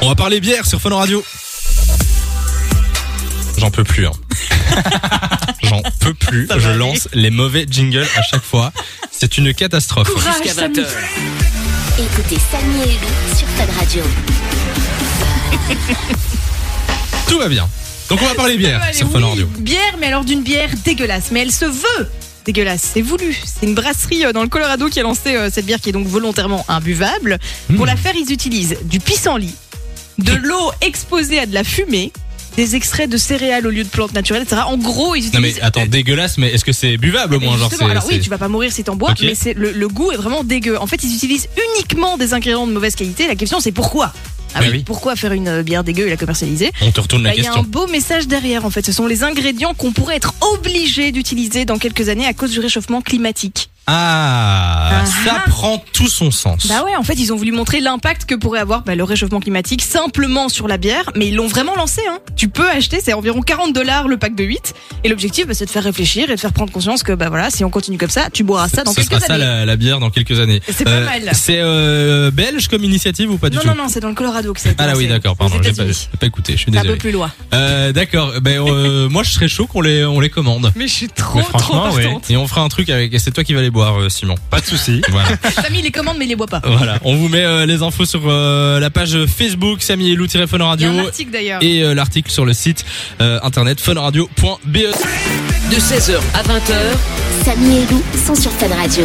On va parler bière sur Fun Radio. J'en peux plus. hein. J'en peux plus. Ça va Je aller. lance les mauvais jingles à chaque fois. C'est une catastrophe. Courage, Jusqu'à 20 Samy. heures. Écoutez Samy et Lou sur Fun Radio. Tout va bien. Donc on va parler bière Allez, sur oui, Fun Radio. Bière, mais alors d'une bière dégueulasse. Mais elle se veut dégueulasse, c'est voulu. C'est une brasserie euh, dans le Colorado qui a lancé euh, cette bière qui est donc volontairement imbuvable. Hmm. Pour la faire, ils utilisent du pissenlit, de l'eau exposée à de la fumée, des extraits de céréales au lieu de plantes naturelles, etc. En gros, ils Non utilisent... mais attends, dégueulasse, mais est-ce que c'est buvable au Mais moins genre justement, c'est- alors oui, c'est- tu vas pas mourir si t'en bois, Ok. mais c'est le, le goût est vraiment dégueu. En fait, ils utilisent uniquement des ingrédients de mauvaise qualité. La question, c'est pourquoi ah Bah oui, oui. pourquoi faire une euh, bière dégueu et la commercialiser On te retourne Bah, la Il y a un question. beau message derrière en fait. Ce sont les ingrédients qu'on pourrait être obligé d'utiliser dans quelques années à cause du réchauffement climatique. Ah, Ah. ça prend tout son sens. Bah ouais, en fait, ils ont voulu montrer l'impact que pourrait avoir bah, le réchauffement climatique simplement sur la bière, mais ils l'ont vraiment lancé. Hein. Tu peux acheter, c'est environ 40 dollars le pack de 8. Et l'objectif, bah, c'est de faire réfléchir et de faire prendre conscience que bah voilà, si on continue comme ça, tu boiras ça dans Ce quelques sera années. ça la, la bière dans quelques années. C'est pas mal. C'est euh, belge comme initiative ou pas du non, tout non, non, c'est dans le Colorado que ça a été Ah là oui, lancé. d'accord, pardon, Aux j'ai pas, États-Unis. j'ai pas écouté, je suis C'est un peu désolé. plus loin. Euh, d'accord, ben euh, moi je serais chaud qu'on les on les commande. Mais je suis trop, Mais trop franchement, ouais. partante. Et on fera un truc avec. et C'est toi qui vas les boire, euh, Simon. Pas de souci. Voilà. Famille les commande, mais il les boit pas. voilà. On vous met euh, les infos sur euh, la page Facebook Samy et Lou Téléphone Il y Radio a un article d'ailleurs. et euh, l'article sur le site euh, internet funradio.be. De 16h à 20h, Samy et Lou sont sur Fun Radio.